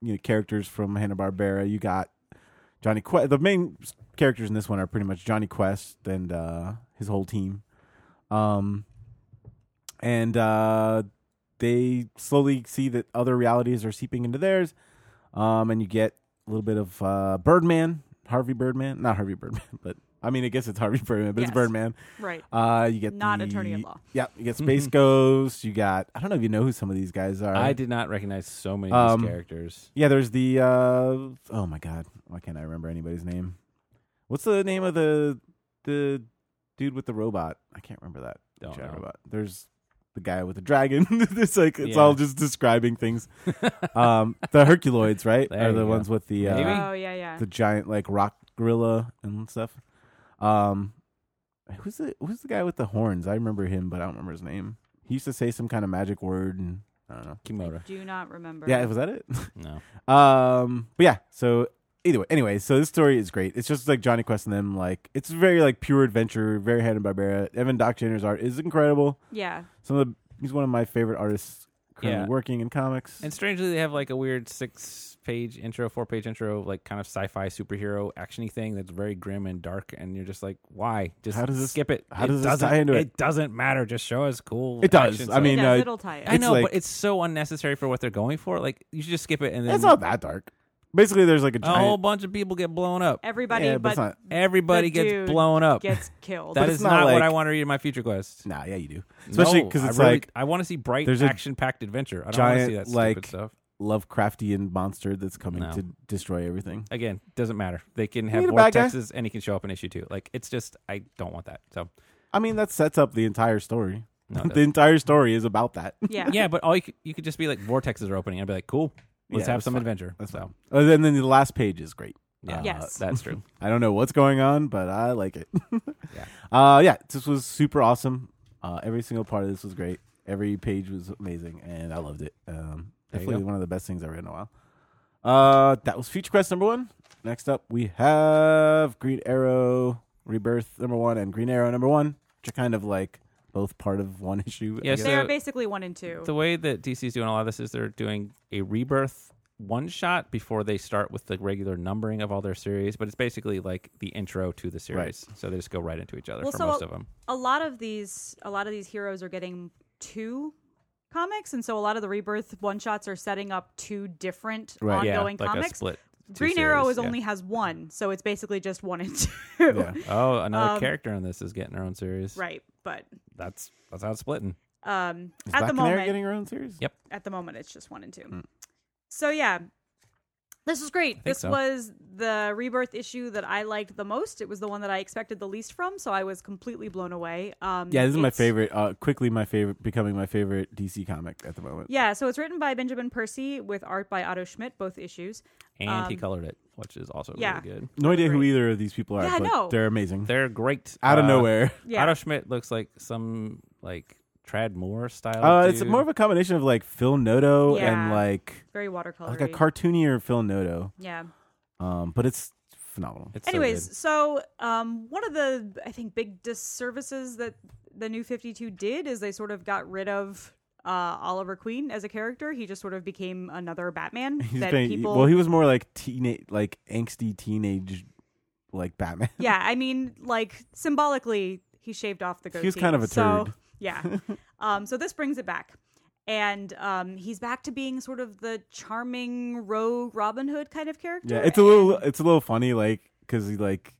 know characters from Hanna Barbera. You got Johnny Quest. The main s- characters in this one are pretty much Johnny Quest and uh, his whole team. Um, and uh, they slowly see that other realities are seeping into theirs. Um, and you get a little bit of uh, Birdman, Harvey Birdman, not Harvey Birdman, but I mean, I guess it's Harvey Birdman, but Yes. it's Birdman. right. Uh, you get Not the- attorney at law. Yeah, you get Space Ghost. You got I don't know if you know who some of these guys are. I did not recognize so many of these Um, characters. Yeah, there's the uh, oh my god, why can't I remember anybody's name? What's the name of the the dude with the robot? I can't remember that. Don't giant know. robot. There's the guy with the dragon. it's like it's Yeah. all just describing things. um, the Herculoids, right? There are the you go. ones with the uh, Maybe. Oh, yeah, yeah. the giant like rock gorilla and stuff. Um, who's the who's the guy with the horns? I remember him, but I don't remember his name. He used to say some kind of magic word, and I don't know. Kimura. Do not remember. Yeah, was that it? No. um, but yeah. So either way, anyway, so this story is great. It's just like Johnny Quest and them. Like it's very like pure adventure, very Hanna Barbera. Evan Doc Shaner's art is incredible. Yeah. Some of the he's one of my favorite artists currently Yeah. working in comics. And strangely, they have like a weird six-page intro, four-page intro, like kind of sci-fi superhero actiony thing that's very grim and dark. And you're just like, why? Just How does this- skip it? how It does this doesn't- tie into it? It doesn't matter. Just show us cool. It does. action I stuff. mean, Yes, uh, it'll tie it. I it's know, like- but it's so unnecessary for what they're going for. Like, you should just skip it and then Oh. it's not that dark. Basically, there's like a a whole giant. bunch of people get blown up. Everybody yeah, but but it's not- Everybody the dude gets blown up. gets killed. that it's is not not, what like- I want to read in my future quest. Nah, yeah, you do. Especially because No, I it's really- like I want to see bright there's a action-packed adventure. I don't want to giant see that stupid like stuff. Lovecraftian monster that's coming No. to destroy everything. Again, doesn't matter. They can have need a bad guy. vortexes and he can show up in issue two. Like it's just I don't want that. So I mean, that sets up the entire story. No, it the doesn't. entire story is about that. yeah. yeah, but all you could, you could just be like vortexes are opening. I'd be like, cool. Let's Yeah, have that's some fine. adventure. That's so fine. And then the last page is great. Um, Yeah, Yes. that's true. I don't know what's going on, but I like it. Yeah. Uh, yeah, this was super awesome. Uh, every single part of this was great. Every page was amazing, and I loved it. Um, There you definitely go. one of the best things I've read in a while. Uh, that was Future Quest number one. Next up, we have Green Arrow Rebirth number one and Green Arrow number one, which are kind of like both part of one issue. I Yes, guess. They So- are basically one and two. The way that DC's doing a lot of this is they're doing a rebirth one shot before they start with the regular numbering of all their series, but it's basically like the intro to the series. So they just go right into each other Well, for so- most of them. a lot of these a lot of these heroes are getting two comics and so a lot of the rebirth one shots are setting up two different Right. Yeah, ongoing like a comics split. two green arrow series, is yeah. only has one so it's basically just one and two Yeah. Oh, another um, character in this is getting her own series. right but That's that's how it's splitting. um Is at Black the Canary moment getting her own series. Yep. at the moment it's just one and Hmm. two so yeah this was great this so. was the rebirth issue that i liked the most it was the one that i expected the least from so i was completely blown away um Yeah, this is my it's- favorite. Uh, quickly, my favorite, becoming my favorite DC comic at the moment. yeah so it's written by benjamin percy with art by otto schmidt both issues And he Um, colored it, which is also yeah. really good. No idea who Great. either of these people are, Yeah, I but know. they're amazing. They're great. Out of Uh, nowhere. Yeah. Otto Schmidt looks like some like Trad Moore style. Uh, it's dude. more of a combination of like Phil Noto and Yeah. like very watercolor. like a cartoonier Phil Noto, Yeah. um, but it's phenomenal. It's so Anyways, good. so, um, one of the I think big disservices that the New Fifty Two did is they sort of got rid of uh, Oliver Queen as a character. He just sort of became another Batman He's that been- people. well, he was more like teenage, like angsty teenage, like Batman. yeah, I mean, like symbolically, he shaved off the goatee. He was kind of a so, turd. Yeah. um, so this brings it back. And um, he's back to being sort of the charming rogue Robin Hood kind of character. yeah, it's a little, it's a little funny, like because he like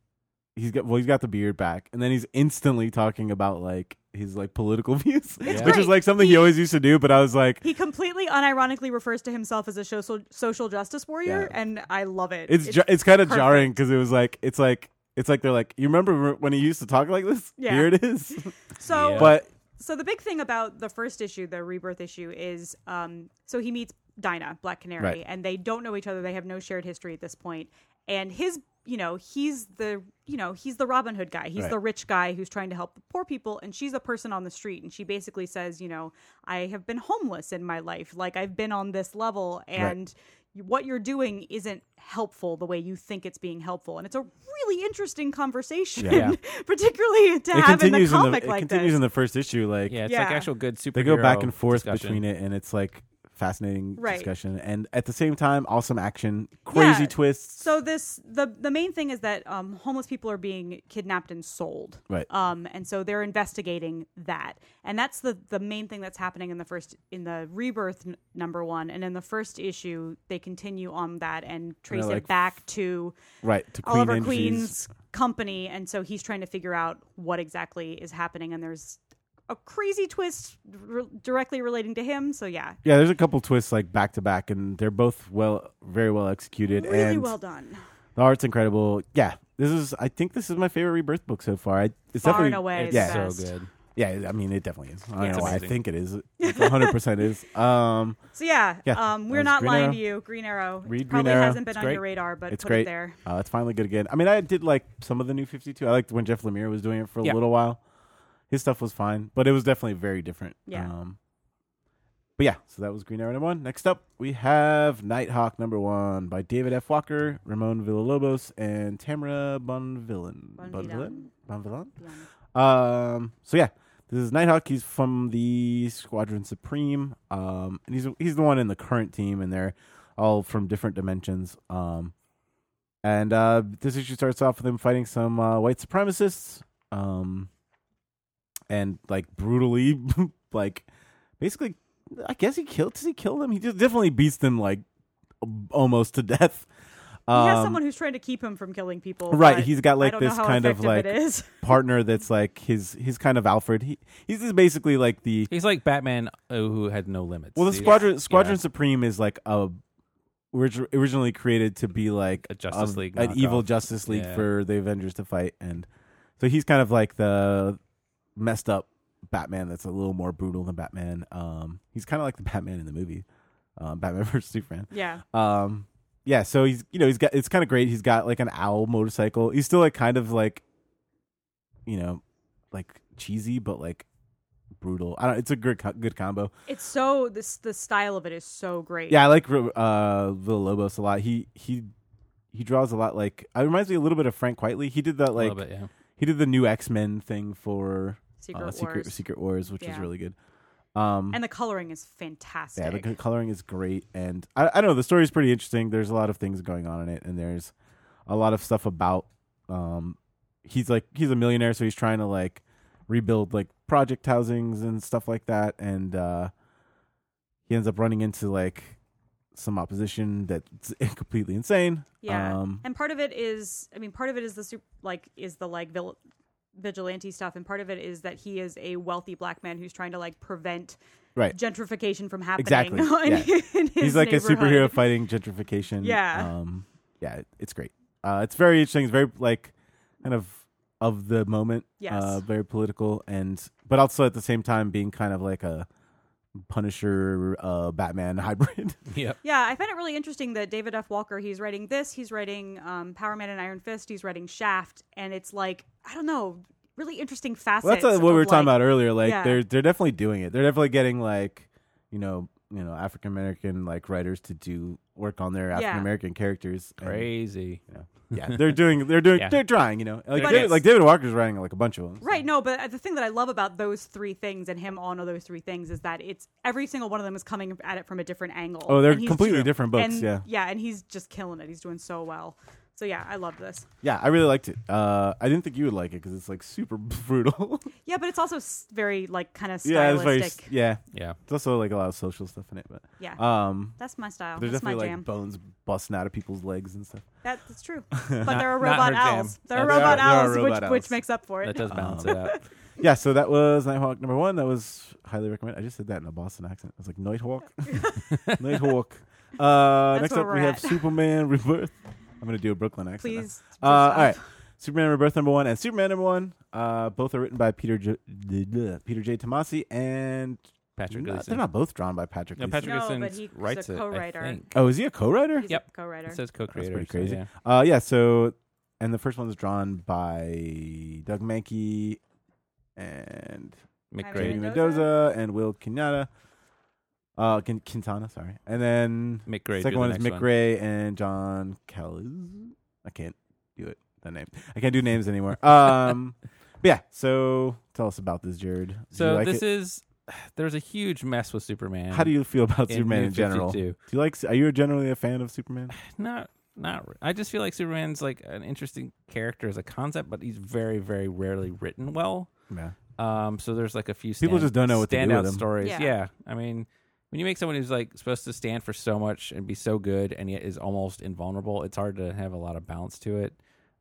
he's got well, he's got the beard back, and then he's instantly talking about like his like political views, which great. is like something he, always used to do. But I was like, He completely unironically refers to himself as a social social justice warrior, Yeah. and I love it. it's it's, ju- it's kind of perfect. jarring because it was like it's like it's like they're like you remember when he used to talk like this? Yeah. Here it is. so. Yeah. But So the big thing about the first issue, the rebirth issue, is um, so he meets Dinah Black Canary, Right. and they don't know each other. They have no shared history at this point, and his. You know, he's the you know, he's the Robin Hood guy. He's Right. the rich guy who's trying to help the poor people and she's the person on the street and she basically says, you know, I have been homeless in my life. Like I've been on this level and y what you're doing isn't helpful the way you think it's being helpful. And it's a really interesting conversation, Yeah. particularly to it have in the continues in the, comic it like continues this. in the first issue. Like yeah, it's like Yeah. actual good super. they go back and forth between it, and it's like fascinating Right. discussion. And at the same time, awesome action, crazy Yeah. twists. So this the the main thing is that um, homeless people are being kidnapped and sold, Right. Um, and so they're investigating that, and that's the the main thing that's happening in the first in the rebirth n- number one, and in the first issue they continue on that and trace like, it back to right to Queen Oliver and she's- Queen's company, and so he's trying to figure out what exactly is happening, and there's a crazy twist r directly relating to him. So yeah, Yeah, there's a couple twists like back to back, and they're both well, very well executed, really and well done. the art's incredible. Yeah, this is. I think this is my favorite Rebirth book so far. I, it's Far definitely and away, It's the yeah, so best. good. yeah. I mean, it definitely is. I don't Yeah. know why I Amazing. think it is. It 100 percent is. Um, So yeah, Yeah, um, that we're was not Green lying Arrow. to you. Green Arrow Read It probably Green Arrow. hasn't been It's on great. your radar, but it's put great. it there. Uh, it's finally good again. I mean, I did like some of the new 52. I liked when Jeff Lemire was doing it for a Yeah. little while. His stuff was fine, but it was definitely very different. Yeah. Um, but yeah, so that was Green Arrow number one. Next up, we have Nighthawk number one by David F. Walker, Ramon Villalobos, and Tamara Bonvillain. Bonvillain. Bonvillain? Um. So yeah, this is Nighthawk. He's from the Squadron Supreme. Um, and he's he's the one in the current team, and they're all from different dimensions. Um, and uh, this issue starts off with him fighting some uh, white supremacists. Um, and like brutally, like basically, I guess he killed. Does he kill them? He just definitely beats them like almost to death. He Um, has someone who's trying to keep him from killing people. right. but He's got like I don't know this how kind of effective like it is. partner that's like his his kind of Alfred. He he's just basically like the He's like Batman uh, who had no limits. well the He's squadron Squadron Supreme is like a orig- originally created to be like A Justice League an evil knockoff. Justice League Yeah. for the Avengers to fight, and so he's kind of like the messed up Batman that's a little more brutal than Batman. Um, he's kind of like the Batman in the movie, um, Batman versus Superman. yeah. Um, yeah, so he's you know he's got it's kind of great. He's got like an owl motorcycle. He's still like kind of like, you know, like cheesy but like brutal. I don't. It's a good co- good combo. It's so this the style of it is so great. Yeah, I like uh Little Lobos a lot. He he he draws a lot like it reminds me a little bit of Frank Whiteley. He did that a like little bit, yeah. he did the new X Men thing for Secret uh, Wars. Secret Secret Wars, which was Yeah. really good. Um, And the coloring is fantastic. yeah, the co- coloring is great, and I, I don't know. The story is pretty interesting. There's a lot of things going on in it, and there's a lot of stuff about. Um, he's like he's a millionaire, so he's trying to like rebuild like project housings and stuff like that, and uh, he ends up running into like some opposition that's completely insane. Yeah. Um, and part of it is, I mean, part of it is the super, like is the like vil- vigilante stuff, and part of it is that he is a wealthy black man who's trying to like prevent Right. gentrification from happening. Exactly. in- Yeah. in his he's like a superhero neighborhood. fighting gentrification. Yeah. Um, yeah, it- it's great. Uh, it's very interesting. It's very like kind of of the moment. Yes. Uh, very political and but also at the same time being kind of like a Punisher uh, Batman hybrid. Yep. Yeah, I find it really interesting that David F. Walker, he's writing this, he's writing um, Power Man and Iron Fist, he's writing Shaft, and it's like, I don't know, really interesting facets. well, that's uh, what we of, were talking like- about earlier. Like Yeah. they're they're definitely doing it. They're definitely getting like you know you know African American like writers to do work on their African American characters. and, Crazy. you know, yeah, they're doing they're doing Yeah. they're trying. You know, like But David, it's- like David Walker's writing like a bunch of them. so. Right, no, but uh, the thing that I love about those three things and him on those three things is that it's every single one of them is coming at it from a different angle. Oh, they're And he's- completely different books. and- yeah, Yeah, and he's just killing it. He's doing so well. So yeah, I love this. yeah, I really liked it. Uh, I didn't think you would like it because it's like super brutal. Yeah, but it's also s- very like kind of yeah, it's very stylistic. yeah. Yeah. It's also like a lot of social stuff in it, but yeah, um, that's my style. there's That's my definitely jam. like bones busting out of people's legs and stuff. That, that's true. But there are not robot her jam. owls. There are That's- robot there are- there are owls, robot which, which owls. makes up for That it. does Um, balance it out. Yeah, so that was Nighthawk number one. That was highly recommended. I just said that in a Boston accent. I was like Nighthawk, Nighthawk. Uh, That's next where up we're we have at. Superman Rebirth. I'm gonna do a Brooklyn accent. now. Please. Uh, all right. Superman Rebirth number one and Superman number one. Uh, both are written by Peter J- Peter J. Tomasi and Patrick not- they're Gleason. not both drawn by Patrick. No, Gleason. Patrick No, Gleason but he's a writes it. I co-writer. think. Oh, is he a co-writer? He's Yep. a co-writer. It says That's co-creator. pretty so crazy. yeah. Uh, yeah. So, and the first one's drawn by Doug Mankey and I Jamie McRae. mean- Mendoza and Will Quintana. Uh, Quin- Quintana, sorry. And then McRae. second do one the is next Mick Ray and John Callis. I can't do it. That name. I can't do names anymore. Um, but yeah. So tell us about this, Jared. Did you So like this it? is there's a huge mess with Superman. How do you feel about in Superman New in general? 52. Do you like? Are you generally a fan of Superman? not not re- i just feel like superman's like an interesting character as a concept but he's very very rarely written well Yeah. um so there's like a few People stand- just don't know what to do standout with him. stories Yeah. yeah. i mean when you make someone who's like supposed to stand for so much and be so good and yet is almost invulnerable it's hard to have a lot of balance to it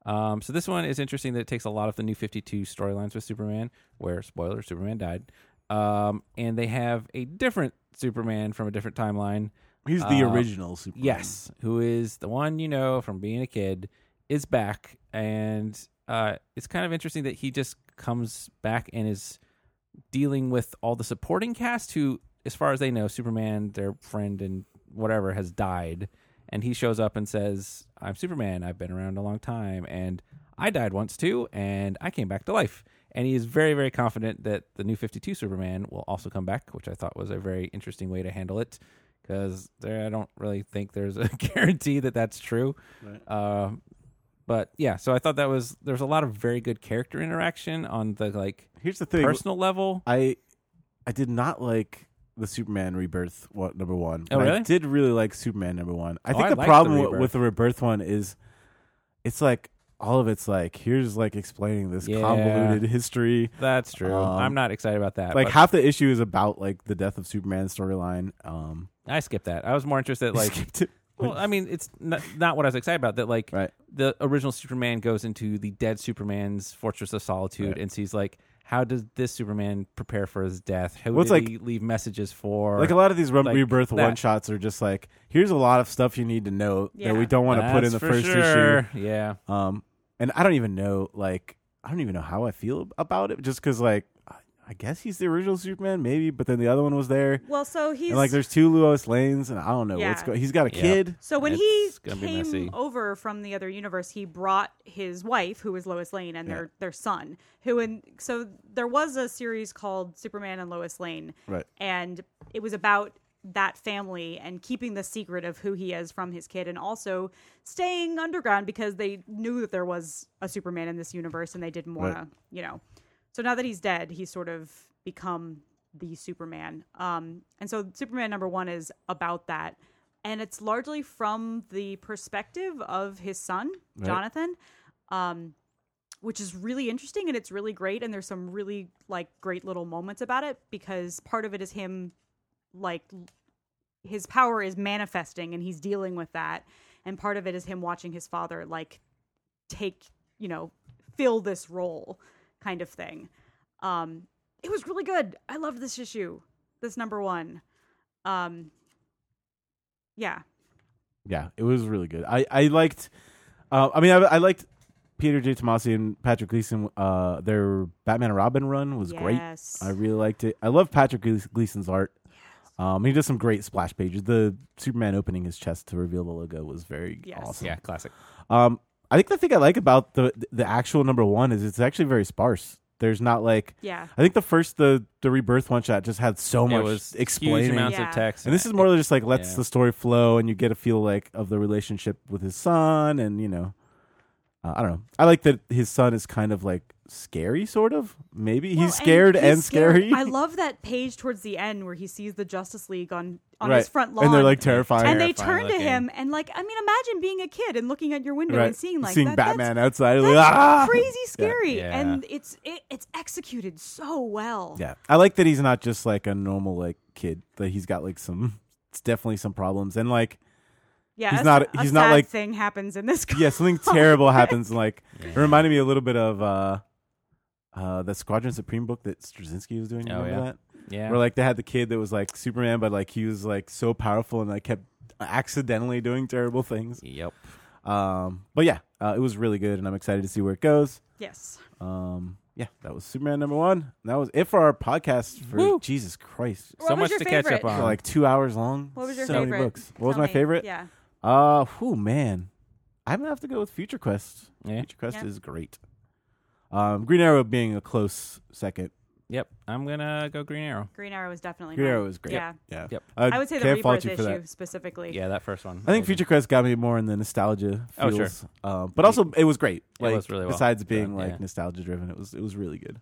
um, so this one is interesting that it takes a lot of the new 52 storylines with superman where spoiler superman died um, and they have a different superman from a different timeline He's the Uh, original Superman. Yes, who is the one you know from being a kid is back, and uh, it's kind of interesting that he just comes back and is dealing with all the supporting cast who, as far as they know, Superman, their friend and whatever, has died, and he shows up and says, "I'm Superman. I've been around a long time, and I died once too, and I came back to life." And he is very, very confident that the new 52 Superman will also come back, which I thought was a very interesting way to handle it because I don't really think there's a guarantee that that's true. Right. Um, but yeah, so I thought that was there's a lot of very good character interaction on the like Here's the thing. personal level. I I did not like the Superman Rebirth one, number one. Oh, but I really? did really like Superman number one. I Oh, think I the liked the problem wi- Rebirth. with the Rebirth one is it's like all of it's like here's like explaining this Yeah. convoluted history. That's true. Um, I'm not excited about that. Like but half the issue is about like the death of Superman storyline. Um, I skipped that. I was more interested like. skipped it. Well, I mean, it's not, not what I was excited about. That like Right. the original Superman goes into the dead Superman's Fortress of Solitude Right. and sees like how does this Superman prepare for his death? Who Well, it's did like- he leave messages for? like a lot of these Re- like rebirth that. one shots are just like here's a lot of stuff you need to know Yeah. that we don't want to put in That's the for first issue. sure. Yeah, Um, and I don't even know, like, I don't even know how I feel ab- about it, just because, like, I- I guess he's the original Superman, maybe, but then the other one was there. Well, so he's and like there's two Luos lanes, and I don't know what's Yeah. going. He's got a Yeah. kid. So when he It's gonna be messy. came over from the other universe, he brought his wife, who was Lois Lane, and their their son, who and so there was a series called Superman and Lois Lane, Right. and it was about that family and keeping the secret of who he is from his kid, and also staying underground because they knew that there was a Superman in this universe, and they didn't want to, you know. So now that he's dead, he's sort of become the Superman. Um, and so Superman number one is about that. And it's largely from the perspective of his son, Right. Jonathan, um, which is really interesting and it's really great. And there's some really like great little moments about it because part of it is him like l- his power is manifesting and he's dealing with that. And part of it is him watching his father like take you know fill this role kind of thing um it was really good i loved this issue this number one um yeah Yeah, it was really good. I I liked. Uh, I mean, I, I liked Peter J. Tomasi and Patrick Gleason. Uh, their Batman and Robin run was great. Yes. I really liked it. I love Patrick Gleas- Gleason's art. Um, he does some great splash pages. The Superman opening his chest to reveal the logo was very Yes. awesome. Yeah, classic. Um, I think the thing I like about the the actual number one is it's actually very sparse. There's not like yeah I think the first the the rebirth one shot just had so it much was explaining, huge amounts Yeah. of text. and this is more just like lets Yeah. the story flow, and you get a feel like of the relationship with his son, and you know, uh, I don't know. I like that his son is kind of like scary, sort of. Maybe Well, he's scared and, he's scary. i love that page towards the end where he sees the justice league on on right. his front lawn and they're like terrifying. and they terrifying turn to looking. him and like i mean imagine being a kid and looking at your window right. and seeing like that, that's- Batman outside, that's, like, ah! crazy scary Yeah. and it's it, it's executed so well Yeah, I like that he's not just like a normal like kid. That he's got like some, it's definitely some problems, and like Yeah, He's a s- not- A he's not sad like- thing happens in this. yeah, something terrible happens. And, like it reminded me a little bit of uh, uh, the Squadron Supreme book that Straczynski was doing. You Oh, remember yeah. that? yeah. Where like they had the kid that was like Superman, but like he was like so powerful and like kept accidentally doing terrible things. yep. Um, but yeah, uh, it was really good, and I'm excited to see where it goes. yes. Um, yeah, that was Superman number one. And that was it for our podcast. For Woo. Jesus Christ, What so was much your to catch favorite? up on. for like two hours long. What was your so favorite? Many books. What was Tell my me. favorite? Yeah. Uh, whew, man, I'm gonna have to go with Future Quest. Yeah. Future Quest Yeah. is great. Um, Green Arrow being a close second. Mm-hmm. Yep. I'm gonna go Green Arrow. Green Arrow was definitely. Green mine. Arrow is great. Yeah. yeah. Yep. I would say the can't fault rebirth you for that. issue specifically. Yeah, that first one. I think Future Quest got me more in the nostalgia Oh, sure. feels. Um, but also it was great. It Like was really well besides being done, like yeah. nostalgia driven, it was it was really good.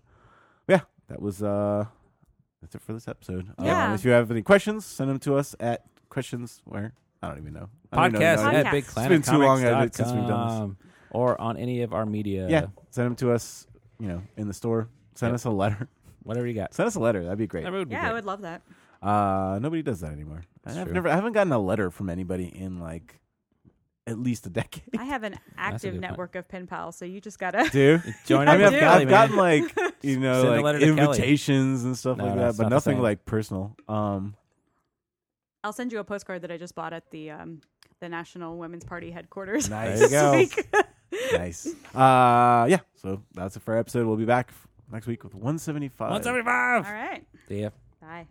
Yeah, that was uh that's it for this episode. Um, Yeah. if you have any questions, send them to us at questions where I don't even know. I don't even know podcast anymore. at Podcast. It's been too long bigplanetcomics.com since we've done or on any of our media. Yeah, send them to us. You know, in the store. Send Yep. us a letter. whatever you got. Send us a letter. That'd be great. That would be Yeah, I great. would love that. Uh, nobody does that anymore. That's I've true. never, I haven't gotten a letter from anybody in like at least a decade. I have an active good point. network of pen pals, so you just gotta. Do Join I up mean, I've, with got- do. Kelly, I've man. gotten like you know Send a like letter to Kelly. invitations and stuff No, like no, that, it's but not the nothing same. like personal. Um, I'll send you a postcard that I just bought at the um the National Women's Party headquarters. Nice. this There you go. week. nice. Uh, yeah. So that's it for our episode. We'll be back next week with 175. One seventy five. All right. See ya. Bye.